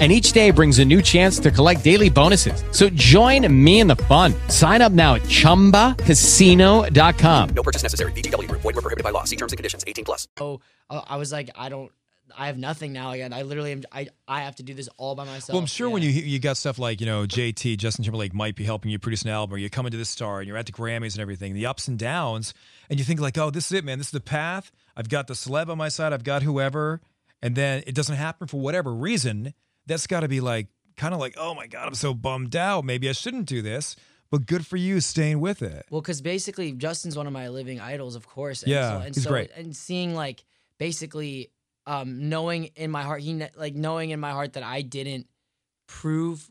Speaker 7: And each day brings a new chance to collect daily bonuses. So join me in the fun. Sign up now at chumbacasino.com.
Speaker 8: No purchase necessary. VGW Group. Void were prohibited by law. See terms and conditions. 18 plus.
Speaker 4: I uh, I was like I don't. I have nothing now. Again, I literally am. I, I have to do this all by myself.
Speaker 1: Well, I'm sure when you you got stuff like you know JT Justin Timberlake might be helping you produce an album, or you come into this star and you're at the Grammys and everything, the ups and downs, and you think like, oh, this is it, man, this is the path. I've got the celeb on my side, I've got whoever, and then it doesn't happen for whatever reason. That's got to be like kind of like, oh my god, I'm so bummed out. Maybe I shouldn't do this, but good for you staying with it.
Speaker 4: Well, because basically Justin's one of my living idols, of course. And
Speaker 1: Yeah,
Speaker 4: so, and
Speaker 1: he's
Speaker 4: so,
Speaker 1: great.
Speaker 4: And seeing like basically um, knowing in my heart, he kn- like knowing in my heart that I didn't prove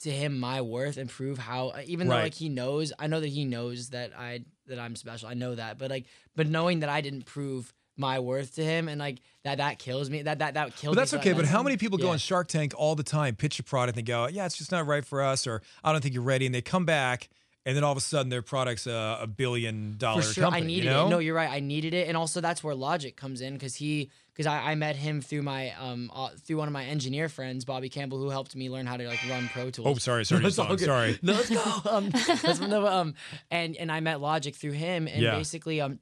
Speaker 4: to him my worth and prove how uh, even though
Speaker 9: Right.
Speaker 4: like he knows I know that he knows that I that I'm special I know that but like but knowing that I didn't prove my worth to him and like that that kills me that that that
Speaker 1: But
Speaker 4: kills
Speaker 1: that's
Speaker 4: me
Speaker 1: okay. But how many people go
Speaker 4: on?
Speaker 1: on Shark Tank all the time, pitch a product, and go, "Yeah, it's just not right for us," or "I don't think you're ready," and they come back, and then all of a sudden their product's a, a billion dollar
Speaker 4: For sure,
Speaker 1: company.
Speaker 4: I needed
Speaker 1: you know?
Speaker 4: it. No, you're right. I needed it, and also that's where Logic comes in because he because I, I met him through my um uh, through one of my engineer friends, Bobby Campbell, who helped me learn how to like run Pro Tools.
Speaker 1: Oh, sorry, sorry,
Speaker 4: No, it's
Speaker 1: sorry,
Speaker 4: all good.
Speaker 1: sorry.
Speaker 4: No, let's go. Um, that's from the- um, and and I met Logic through him, and
Speaker 1: Yeah.
Speaker 4: basically um,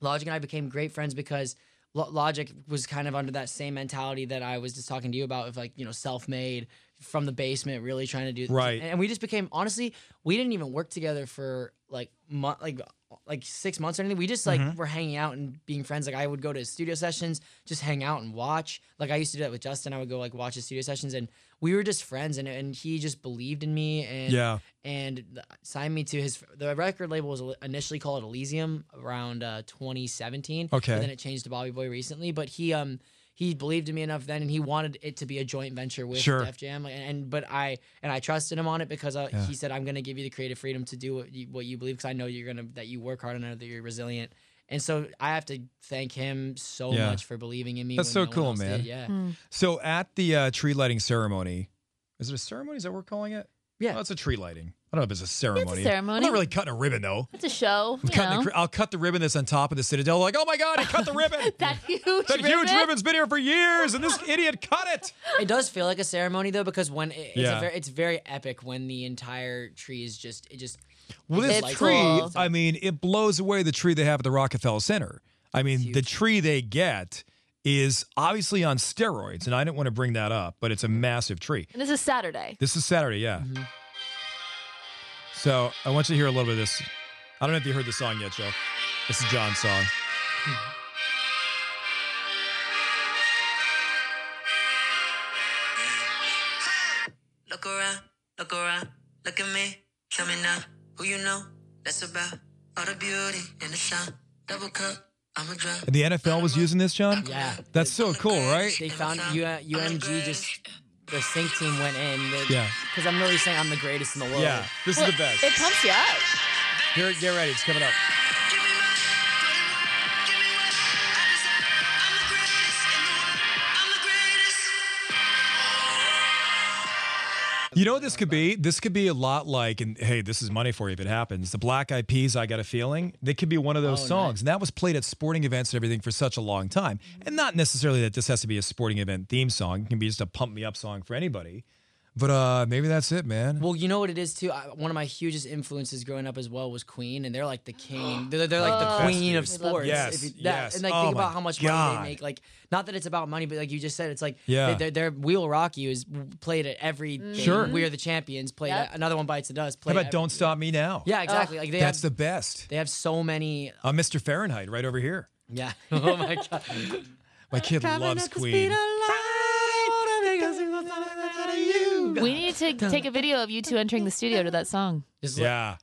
Speaker 4: Logic and I became great friends because. Lo- Logic was kind of under that same mentality that I was just talking to you about, of like you know, self-made from the basement, really trying to do
Speaker 1: Right.
Speaker 4: And we just became honestly, we didn't even work together for like month, like like six months or anything. We just like
Speaker 9: Mhm.
Speaker 4: were hanging out and being friends. Like I would go to his studio sessions, just hang out and watch. Like I used to do that with Justin. I would go like watch his studio sessions, and we were just friends. And and he just believed in me. And
Speaker 1: Yeah.
Speaker 4: and th- signed me to his the record label was initially called Elysium around uh, 2017
Speaker 1: Okay.
Speaker 4: and then it changed to Bobby Boy recently but he um he believed in me enough then and he wanted it to be a joint venture with
Speaker 1: Sure.
Speaker 4: Def Jam and, and but I and I trusted him on it because I,
Speaker 1: Yeah.
Speaker 4: he said I'm going to give you the creative freedom to do what you, what you believe because I know you're going to that you work hard and I know that you're resilient and so I have to thank him so
Speaker 1: Yeah.
Speaker 4: much for believing in me
Speaker 1: That's
Speaker 4: when
Speaker 1: so
Speaker 4: no one
Speaker 1: cool,
Speaker 4: else
Speaker 1: man.
Speaker 4: did. yeah
Speaker 1: So at the uh, tree lighting ceremony, is it a ceremony? Is that what we're calling it?
Speaker 4: Yeah.
Speaker 1: Oh, it's a tree lighting. I don't know if it's a ceremony. I'm
Speaker 3: ceremony.
Speaker 1: not really cutting a ribbon though.
Speaker 3: It's a show.
Speaker 1: I'm
Speaker 3: You
Speaker 1: cutting
Speaker 3: know.
Speaker 1: the, cr- I'll cut the ribbon that's on top of the citadel. Like, oh my god, he cut the ribbon.
Speaker 3: that huge
Speaker 1: that
Speaker 3: ribbon.
Speaker 1: huge ribbon's been here for years, and this idiot cut it.
Speaker 4: it does feel like a ceremony though because when it, it's,
Speaker 1: Yeah.
Speaker 4: a very, it's very epic when the entire tree is just it just
Speaker 1: Well,
Speaker 4: it
Speaker 1: this
Speaker 4: just lights
Speaker 1: tree,
Speaker 4: up.
Speaker 1: I mean, it blows away the tree they have at the Rockefeller Center. I mean, the tree they get is obviously on steroids, and I didn't want to bring that up, but it's a massive tree.
Speaker 3: And this is Saturday.
Speaker 1: This is Saturday, yeah.
Speaker 4: Mm-hmm.
Speaker 1: So I want you to hear a little bit of this. I don't know if you heard the song yet, Joe. This is John's song.
Speaker 2: Look around, look around, look at me. Tell me now, who you know? That's about all the beauty and the sound. Double cup, I'm a drunk.
Speaker 1: And the NFL was using this, John?
Speaker 4: Yeah.
Speaker 1: That's so cool, right?
Speaker 4: They found U- UMG just the sync team went in. They,
Speaker 1: Yeah.
Speaker 4: Because I'm really saying I'm the greatest in the world.
Speaker 1: Yeah, this is the best.
Speaker 3: It pumps you up.
Speaker 1: Here, get ready. It's coming up. You know what this could be? This could be a lot like, and hey, this is money for you if it happens. The Black Eyed Peas, I Got a Feeling. That could be one of those
Speaker 10: Oh,
Speaker 1: songs. And that was played at sporting events and everything for such a long time. And not necessarily that this has to be a sporting event theme song. It can be just a pump me up song for anybody. But uh maybe that's it, man.
Speaker 4: Well, you know what it is too. I, one of my hugest influences growing up as well was Queen, and they're like the king. They're, they're like
Speaker 1: Oh,
Speaker 4: the
Speaker 1: that's
Speaker 4: queen of
Speaker 1: huge.
Speaker 4: sports.
Speaker 1: Yes,
Speaker 4: If you-
Speaker 1: yes.
Speaker 4: And like
Speaker 1: Oh
Speaker 4: think
Speaker 1: my
Speaker 4: about how much money
Speaker 1: God.
Speaker 4: they make. Like, not that it's about money, but like you just said, it's like
Speaker 1: Yeah.
Speaker 4: they, their their Wheel Rock You is played at every.
Speaker 1: Sure.
Speaker 4: We are the champions. Played
Speaker 1: Mm. Yep.
Speaker 4: at, another one bites the dust.
Speaker 1: How
Speaker 4: Played.
Speaker 1: about
Speaker 4: at-
Speaker 1: Don't Stop Me Now?
Speaker 4: Yeah, exactly. Like they
Speaker 1: that's
Speaker 4: have
Speaker 1: the best.
Speaker 4: they have so many.
Speaker 1: Uh, Mr. Fahrenheit right over here.
Speaker 4: Yeah. Oh my god.
Speaker 1: My kid loves Queen.
Speaker 3: We need to take a video of you two entering the studio to that song.
Speaker 1: Yeah.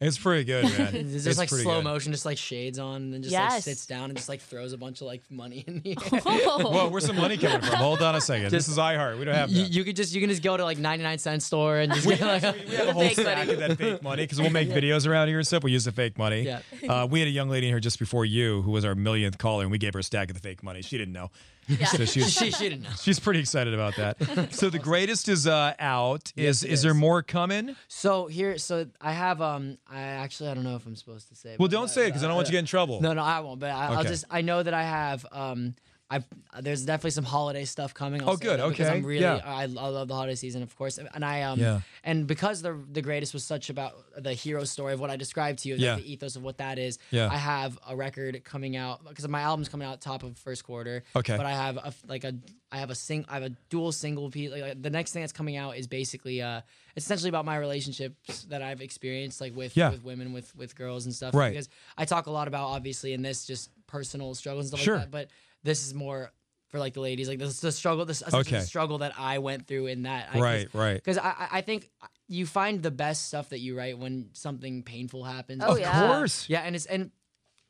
Speaker 1: It's pretty good, man.
Speaker 4: Is
Speaker 1: It's
Speaker 4: this like
Speaker 1: pretty
Speaker 4: slow
Speaker 1: good.
Speaker 4: motion, just like shades on, and then just like
Speaker 3: Yes.
Speaker 4: sits down and just like throws a bunch of like money in the air?
Speaker 3: Oh,
Speaker 1: Whoa, where's the money coming from? Hold on a second. This is iHeart. We don't have that.
Speaker 4: You, you could just you can just go to like 99 cent store and just get like a,
Speaker 1: we have a whole stack of that fake money because we'll make videos around here and stuff. We use the fake money.
Speaker 4: Yeah.
Speaker 1: Uh, we had a young lady in here just before you who was our millionth caller, and we gave her a stack of the fake money. She didn't know. Yeah.
Speaker 4: She- she didn't know.
Speaker 1: She's pretty excited about that. so the greatest is uh, out. Is is there more coming?
Speaker 4: So here, so I have um, I actually I don't know if I'm supposed to say.
Speaker 1: Well,
Speaker 4: but-
Speaker 1: don't say it because I don't want you to get in trouble.
Speaker 4: No, no, I won't. But I, I'll
Speaker 1: Okay.
Speaker 4: just I know that I have um. I, there's definitely some holiday stuff coming. I'll
Speaker 1: Oh,
Speaker 4: say
Speaker 1: good,
Speaker 4: that Because
Speaker 1: okay,
Speaker 4: I'm really,
Speaker 1: yeah.
Speaker 4: I, I love the holiday season, of course. And I, um,
Speaker 1: Yeah.
Speaker 4: and because the the greatest was such about the hero story of what I described to you,
Speaker 1: Yeah.
Speaker 4: yeah. the ethos of what that is.
Speaker 1: Yeah.
Speaker 4: I have a record coming out because my album's coming out top of first quarter.
Speaker 1: Okay.
Speaker 4: But I have a like a I have a sing I have a dual single piece. Like, like, the next thing that's coming out is basically uh essentially about my relationships that I've experienced like with
Speaker 1: Yeah.
Speaker 4: with women with with girls and stuff
Speaker 1: Right.
Speaker 4: because I talk a lot about obviously in this just personal struggles and stuff
Speaker 1: Sure.
Speaker 4: like that. But this is more for like the ladies. Like this is the struggle, this essentially
Speaker 1: Okay.
Speaker 4: the struggle that I went through in that. I,
Speaker 1: Right, right.
Speaker 4: Because I I- I think you find the best stuff that you write when something painful happens.
Speaker 3: Oh, Of yeah. course.
Speaker 4: Yeah, and it's and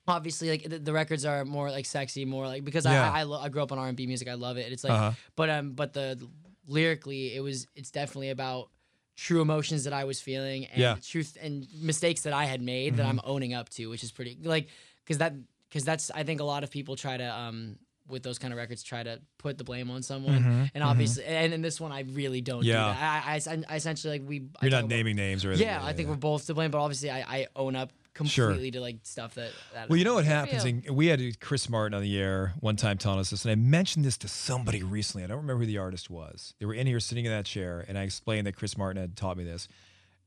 Speaker 4: obviously like the, the records are more like sexy, more like because
Speaker 1: Yeah.
Speaker 4: I I, lo- I grew up on R and B music. I love it. It's like
Speaker 1: Uh-huh.
Speaker 4: but um but the lyrically it was it's definitely about true emotions that I was feeling and
Speaker 1: Yeah. Mm-hmm.
Speaker 4: truth and mistakes that I had made that I'm owning up to, which is pretty like because that because that's I think a lot of people try to um with those kind of records try to put the blame on someone
Speaker 1: Mhm,
Speaker 4: and obviously and in this one I really don't
Speaker 1: Yeah.
Speaker 4: do that. I- I, I, I essentially like we I
Speaker 1: You're
Speaker 4: talk
Speaker 1: not
Speaker 4: about-
Speaker 1: naming names or anything.
Speaker 4: yeah, I think we're both to blame, but obviously I, I own up
Speaker 1: Sure.
Speaker 4: completely to like stuff that, that
Speaker 1: Well, you know what
Speaker 4: happened.
Speaker 1: happens? And we had Chris Martin on the air one time telling us this, and I mentioned this to somebody recently. I don't remember who the artist was. They were in here sitting in that chair, and I explained that Chris Martin had taught me this.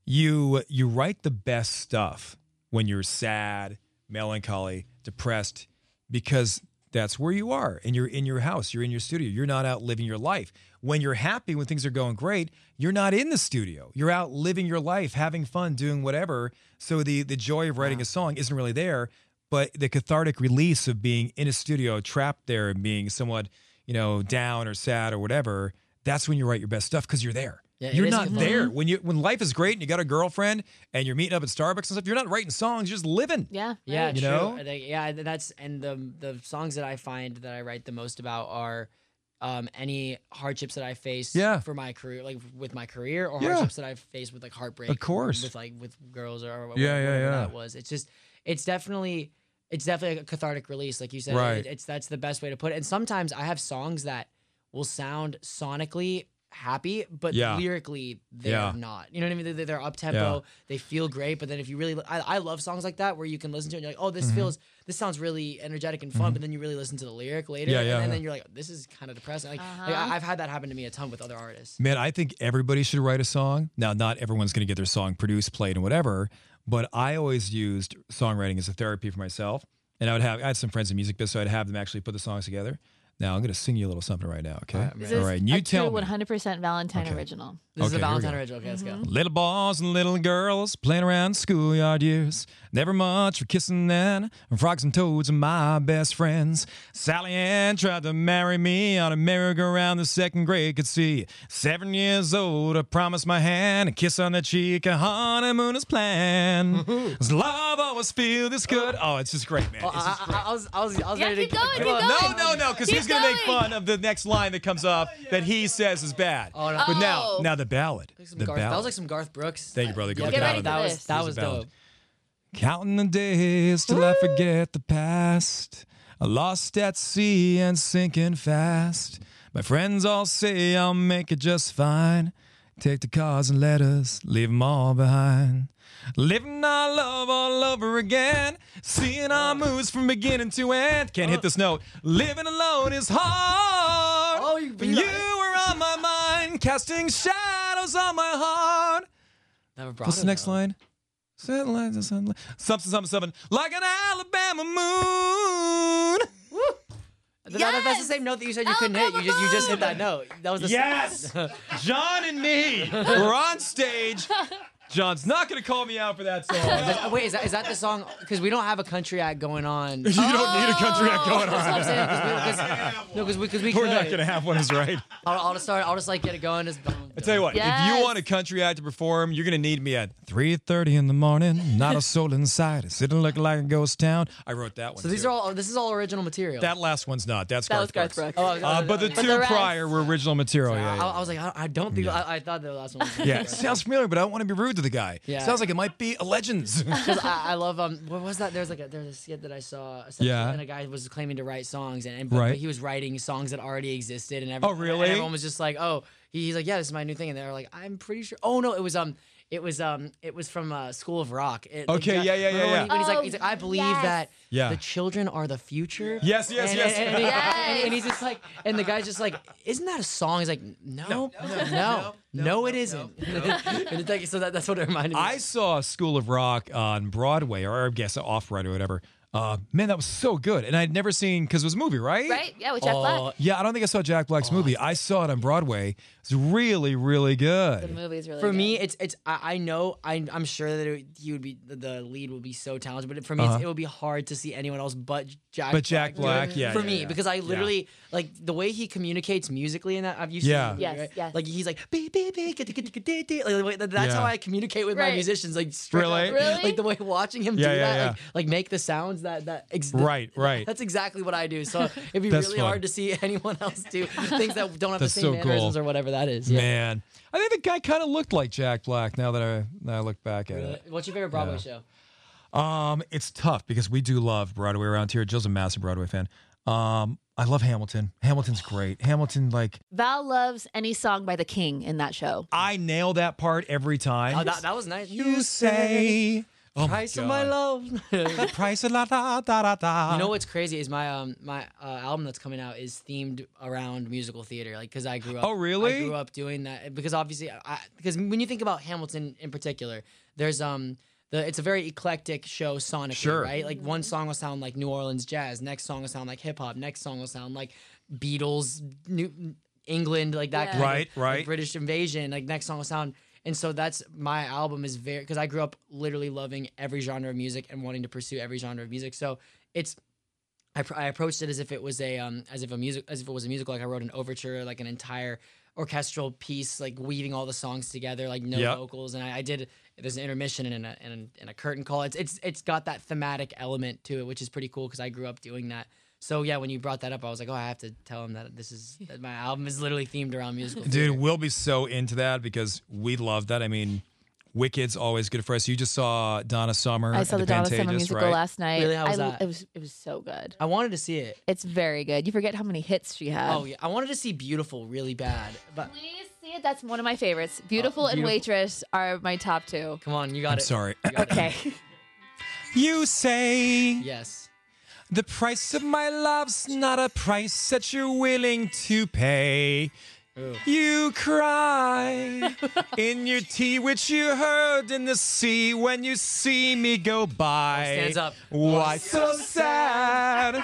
Speaker 1: You you write the best stuff when you're sad, melancholy, depressed, because that's where you are, and you're in your house, you're in your studio, you're not out living your life. When you're happy, when things are going great, you're not in the studio. You're out living your life, having fun, doing whatever. So the the joy of writing a song isn't really there but the cathartic release of being in a studio trapped there and being somewhat you know down or sad or whatever that's when you write your best stuff because you're there
Speaker 4: Yeah, it
Speaker 1: you're
Speaker 4: is Mhm.
Speaker 1: not
Speaker 4: cathartic.
Speaker 1: there when you when life is great and you got a girlfriend and you're meeting up at starbucks and stuff you're not writing songs you're just living
Speaker 3: Yeah.
Speaker 4: Yeah,
Speaker 1: You
Speaker 4: true.
Speaker 1: know?
Speaker 4: Like, yeah, th- that's and the the songs that I find that I write the most about are um, any hardships that I face
Speaker 1: Yeah.
Speaker 4: for my career, like with my career, or
Speaker 1: Yeah.
Speaker 4: hardships that I faced with like heartbreak,
Speaker 1: Of course.
Speaker 4: with like with girls or, or
Speaker 1: Yeah,
Speaker 4: whatever,
Speaker 1: yeah, yeah.
Speaker 4: that was. It's just, it's definitely, it's definitely a cathartic release, like you said.
Speaker 1: Right.
Speaker 4: It- it's that's the best way to put it. And sometimes I have songs that will sound sonically happy, but
Speaker 1: Yeah.
Speaker 4: lyrically they're
Speaker 1: Yeah.
Speaker 4: not. You know what I mean? They're, they're up tempo. They feel great, but then if you really, I, I love songs like that where you can listen to it and you're like, oh, this
Speaker 1: Mm-hmm.
Speaker 4: feels, this sounds really energetic and fun, but then you really listen to the lyric later,
Speaker 1: Yeah,
Speaker 4: and,
Speaker 1: yeah,
Speaker 4: then-
Speaker 1: yeah.
Speaker 4: then you're like, this is kind of depressing. Like, like,
Speaker 3: Uh-huh.
Speaker 4: I, I've had that happen to me a ton with other artists.
Speaker 1: Man, I think everybody should write a song. Now, not everyone's going to get their song produced, played, and whatever, but I always used songwriting as a therapy for myself. And I would have, I had some friends in music business, so I'd have them actually put the songs together. Now, I'm going to sing you a little something right now, okay?
Speaker 3: This
Speaker 1: All
Speaker 3: is
Speaker 1: right, and you
Speaker 3: a
Speaker 1: tell
Speaker 3: true
Speaker 1: me.
Speaker 3: 100% Valentine original.
Speaker 4: This is
Speaker 1: Okay, here we
Speaker 4: a Valentine
Speaker 1: go.
Speaker 4: original. Okay, let's
Speaker 3: Mm-hmm.
Speaker 4: go.
Speaker 1: Little boys and little girls playing around schoolyard years. Never much for kissing then. Frogs and toads are my best friends. Sally Ann tried to marry me on a merry-go-round the second grade could see. Seven years old, I promised my hand, a kiss on the cheek, a honeymoon is planned. Does love always feel this good? Oh, it's just great, man.
Speaker 4: Oh,
Speaker 1: It's just
Speaker 4: I, I- I was, I was, I was
Speaker 3: Yeah,
Speaker 4: ready
Speaker 3: keep
Speaker 4: to
Speaker 3: going,
Speaker 1: Come
Speaker 3: keep
Speaker 1: on.
Speaker 3: going.
Speaker 1: No, no, no, because
Speaker 3: Keep
Speaker 1: he's going to make
Speaker 3: going.
Speaker 1: fun of the next line that comes off that he says is bad.
Speaker 4: Oh, no.
Speaker 1: But now,
Speaker 3: Oh.
Speaker 1: now the ballad.
Speaker 4: Some
Speaker 1: the
Speaker 4: Garth-
Speaker 1: ballad.
Speaker 4: that was like some Garth Brooks.
Speaker 1: Thank you, brother. Good
Speaker 4: Yeah,
Speaker 1: looking
Speaker 3: get
Speaker 1: out
Speaker 3: ready
Speaker 1: of
Speaker 3: for
Speaker 4: that
Speaker 1: that.
Speaker 3: this.
Speaker 4: was that
Speaker 1: Here's
Speaker 4: was
Speaker 1: a ballad.
Speaker 4: dope.
Speaker 1: Counting the days till I forget the past. Lost at sea and sinking fast. My friends all say I'll make it just fine. Take the cards and letters, leave 'em all behind. Living our love all over again. Seeing our moves from beginning to end. Can't hit this note. Living alone is hard.
Speaker 4: Oh, you-
Speaker 1: But you were on my mind, casting shadows on my heart.
Speaker 4: That vibrato,
Speaker 1: What's the next
Speaker 4: though.
Speaker 1: line? Something, something, something, something, like an Alabama moon.
Speaker 4: Th- that- that's the same note that you said you couldn't hit. You just, you just hit that note. That was the
Speaker 1: Yes! John and me, we're on stage. John's not going to call me out for that song.
Speaker 4: That's- Wait, is that, is that the song? Because we don't have a country act going on.
Speaker 1: you don't need a country act going
Speaker 4: That's what I'm saying. 'cause we- 'cause- no, because we, because we
Speaker 1: Oh, We're not
Speaker 4: could.
Speaker 1: going to have one, is right.
Speaker 4: I'll, I'll just start. I'll just like get it going. Just boom, boom,
Speaker 1: I tell you what, if
Speaker 3: Yes.
Speaker 1: you want a country act to perform, you're gonna need me at 3:30 in the morning. Not a soul inside. It's gonna look like a ghost town. I wrote that one.
Speaker 4: So these
Speaker 1: too.
Speaker 4: are all. This is all original material.
Speaker 1: That last one's not. That's
Speaker 4: That
Speaker 1: Garth
Speaker 4: was Garth
Speaker 1: Brooks.
Speaker 4: Brooks. Oh,
Speaker 1: Uh, but the
Speaker 4: but
Speaker 1: two
Speaker 4: the rest-
Speaker 1: prior were original material.
Speaker 4: I,
Speaker 1: Yeah, yeah.
Speaker 4: I was like, I, I don't think. I, I thought the last one. Was
Speaker 1: Yeah, it sounds familiar, but I don't want to be rude to the guy.
Speaker 4: Yeah.
Speaker 1: Sounds like it might be a Legends.
Speaker 4: Because I, I love um, what was that? There's like a there's a skit that I saw. a section,
Speaker 1: Yeah.
Speaker 4: and a guy was claiming to write songs, and, and but,
Speaker 1: Right. Oh,
Speaker 4: but he was writing songs that already existed, and everyone,
Speaker 1: really?
Speaker 4: everyone was just like, oh, he- he's like, yeah, this is my new thing, and they're like, I'm pretty sure. Oh no, it was um, it was um, it was from uh, School of Rock. It- the
Speaker 1: Okay,
Speaker 4: guy-
Speaker 1: yeah, yeah, yeah,
Speaker 4: remember when
Speaker 1: yeah.
Speaker 4: he- when he's like,
Speaker 3: Oh,
Speaker 4: he's like, I believe
Speaker 3: yes.
Speaker 4: that
Speaker 1: Yeah.
Speaker 4: the children are the future.
Speaker 1: Yes, yes,
Speaker 4: And-
Speaker 1: yes.
Speaker 4: And, and he-
Speaker 1: Yes.
Speaker 4: and- and he's just like, and the guy's just like, isn't that a song? He's like, no, no, no, no, it isn't. and it's like, so that, that's what it reminded me. of.
Speaker 1: I saw School of Rock on Broadway, or I guess off Broadway, or whatever. Uh, man, that was so good, and I'd never seen because it was a movie, right?
Speaker 3: Right? Yeah, with Jack
Speaker 1: Oh,
Speaker 3: Black.
Speaker 1: Yeah, I don't think I saw Jack Black's movie. I saw it on Broadway. It's really, really
Speaker 3: The
Speaker 1: good.
Speaker 3: movie's really
Speaker 4: for
Speaker 3: good.
Speaker 1: uh,
Speaker 4: me, it's it's. I, I know. I, I'm sure that it, he would be the- the lead would be so talented, but for me,
Speaker 1: Uh-huh.
Speaker 4: it's, it would be hard to see anyone else but Jack.
Speaker 1: But Jack
Speaker 4: do it
Speaker 1: Black, yeah,
Speaker 4: For
Speaker 1: yeah,
Speaker 4: me,
Speaker 1: yeah.
Speaker 4: because I
Speaker 1: Yeah.
Speaker 4: literally like the way he communicates musically in that. I've used.
Speaker 1: Yeah.
Speaker 4: To the movie,
Speaker 3: Yes,
Speaker 4: right?
Speaker 3: yes.
Speaker 4: Like he's like beep beep beep. get- get- get- get- get," Like, the way- that- that's
Speaker 1: Yeah.
Speaker 4: how I communicate with
Speaker 3: Right.
Speaker 4: my musicians. Like straight
Speaker 1: Really?
Speaker 4: up.
Speaker 3: Really?
Speaker 4: Like the way watching him
Speaker 1: Yeah, yeah,
Speaker 4: do that.
Speaker 1: yeah.
Speaker 4: Like, like make the sounds that that. Ex-
Speaker 1: Right, right.
Speaker 4: That's exactly what I do. So it'd be
Speaker 1: That's
Speaker 4: really
Speaker 1: fun.
Speaker 4: hard to see anyone else do things that don't have
Speaker 1: That's
Speaker 4: the
Speaker 1: so
Speaker 4: same mannerisms
Speaker 1: cool.
Speaker 4: or whatever that is. Yeah.
Speaker 1: Man, I think the guy kind of looked like Jack Black. Now that I now I look back at it.
Speaker 4: What's your favorite Broadway
Speaker 1: Yeah.
Speaker 4: show?
Speaker 1: Um, it's tough because we do love Broadway around here. Jill's a massive Broadway fan. Um, I love Hamilton. Hamilton's great. Hamilton, like
Speaker 3: Val loves any song by the King in that show.
Speaker 1: I nail that part every time.
Speaker 4: Oh, that, that was nice.
Speaker 1: you say, oh
Speaker 4: price of my
Speaker 1: God.
Speaker 4: love.
Speaker 1: The price of la da da da da.
Speaker 4: you know what's crazy is my um my uh, album that's coming out is themed around musical theater. Like because I grew up.
Speaker 1: Oh, really?
Speaker 4: I grew up doing that because obviously I because when you think about Hamilton in particular, there's um. The, it's a very eclectic show sonically,
Speaker 1: Sure.
Speaker 4: right? Like one song will sound like New Orleans jazz, next song will sound like hip hop, next song will sound like Beatles, New England, like that.
Speaker 3: Yeah.
Speaker 4: Kind of-
Speaker 1: Right,
Speaker 4: like,
Speaker 1: right.
Speaker 4: British Invasion, like next song will sound. And so that's my album is very because I grew up literally loving every genre of music and wanting to pursue every genre of music. So it's I, pr- I approached it as if it was a um as if a music as if it was a musical like I wrote an overture like an entire orchestral piece like weaving all the songs together like no
Speaker 1: Yep.
Speaker 4: vocals and I, I did there's an intermission and a, and, a, and a curtain call it's it's it's got that thematic element to it which is pretty cool because I grew up doing that. So yeah, when you brought that up, I was like, oh, I have to tell him that this is that my album is literally themed around musical. theater.
Speaker 1: Dude, we'll be so into that because we love that. I mean, Wicked's always good for us. You just saw Donna Summer.
Speaker 3: I saw
Speaker 1: at
Speaker 3: the Donna Summer
Speaker 1: Pantages,
Speaker 3: musical
Speaker 1: right?
Speaker 3: last night.
Speaker 4: Really? How was
Speaker 3: I,
Speaker 4: that?
Speaker 3: It was it was so good.
Speaker 4: I wanted to see it.
Speaker 3: It's very good. You forget how many hits she had.
Speaker 4: Oh yeah, I wanted to see Beautiful really bad. But
Speaker 3: Please see it. That's one of my favorites. Beautiful,
Speaker 1: Uh,
Speaker 3: and
Speaker 4: Beautiful.
Speaker 3: Waitress are my top two.
Speaker 4: come on, you got
Speaker 1: I'm
Speaker 4: it.
Speaker 1: sorry.
Speaker 4: You got it.
Speaker 3: Okay.
Speaker 1: You say
Speaker 4: Yes.
Speaker 1: the price of my love's not a price that you're willing to pay. You cry in your tea, which you heard in the sea when you see me go by.
Speaker 4: Stands up.
Speaker 1: Why so sad?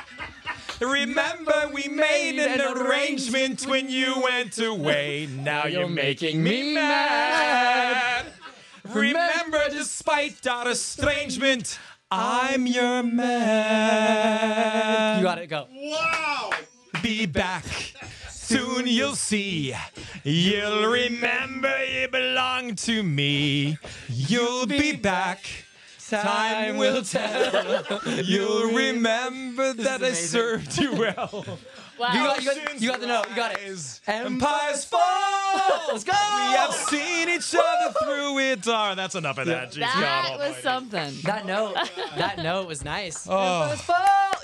Speaker 1: Remember, we made an arrangement when you went away. Now you're making me mad. Remember, despite our estrangement, I'm your man.
Speaker 4: You got it. Go.
Speaker 1: Be back. Soon you'll see. You'll remember you belong to me. You'll be back. Time will tell. You'll remember that I served you well.
Speaker 3: Wow.
Speaker 4: You got, you got, you got the note. You got it.
Speaker 1: Empires, Empires fall.
Speaker 4: Let's go.
Speaker 1: We have seen each other through it. All. That's enough of that. Jeez,
Speaker 3: that
Speaker 1: God
Speaker 3: was
Speaker 1: almighty.
Speaker 3: something.
Speaker 4: That note. That note was nice.
Speaker 1: Oh.
Speaker 4: Let's go.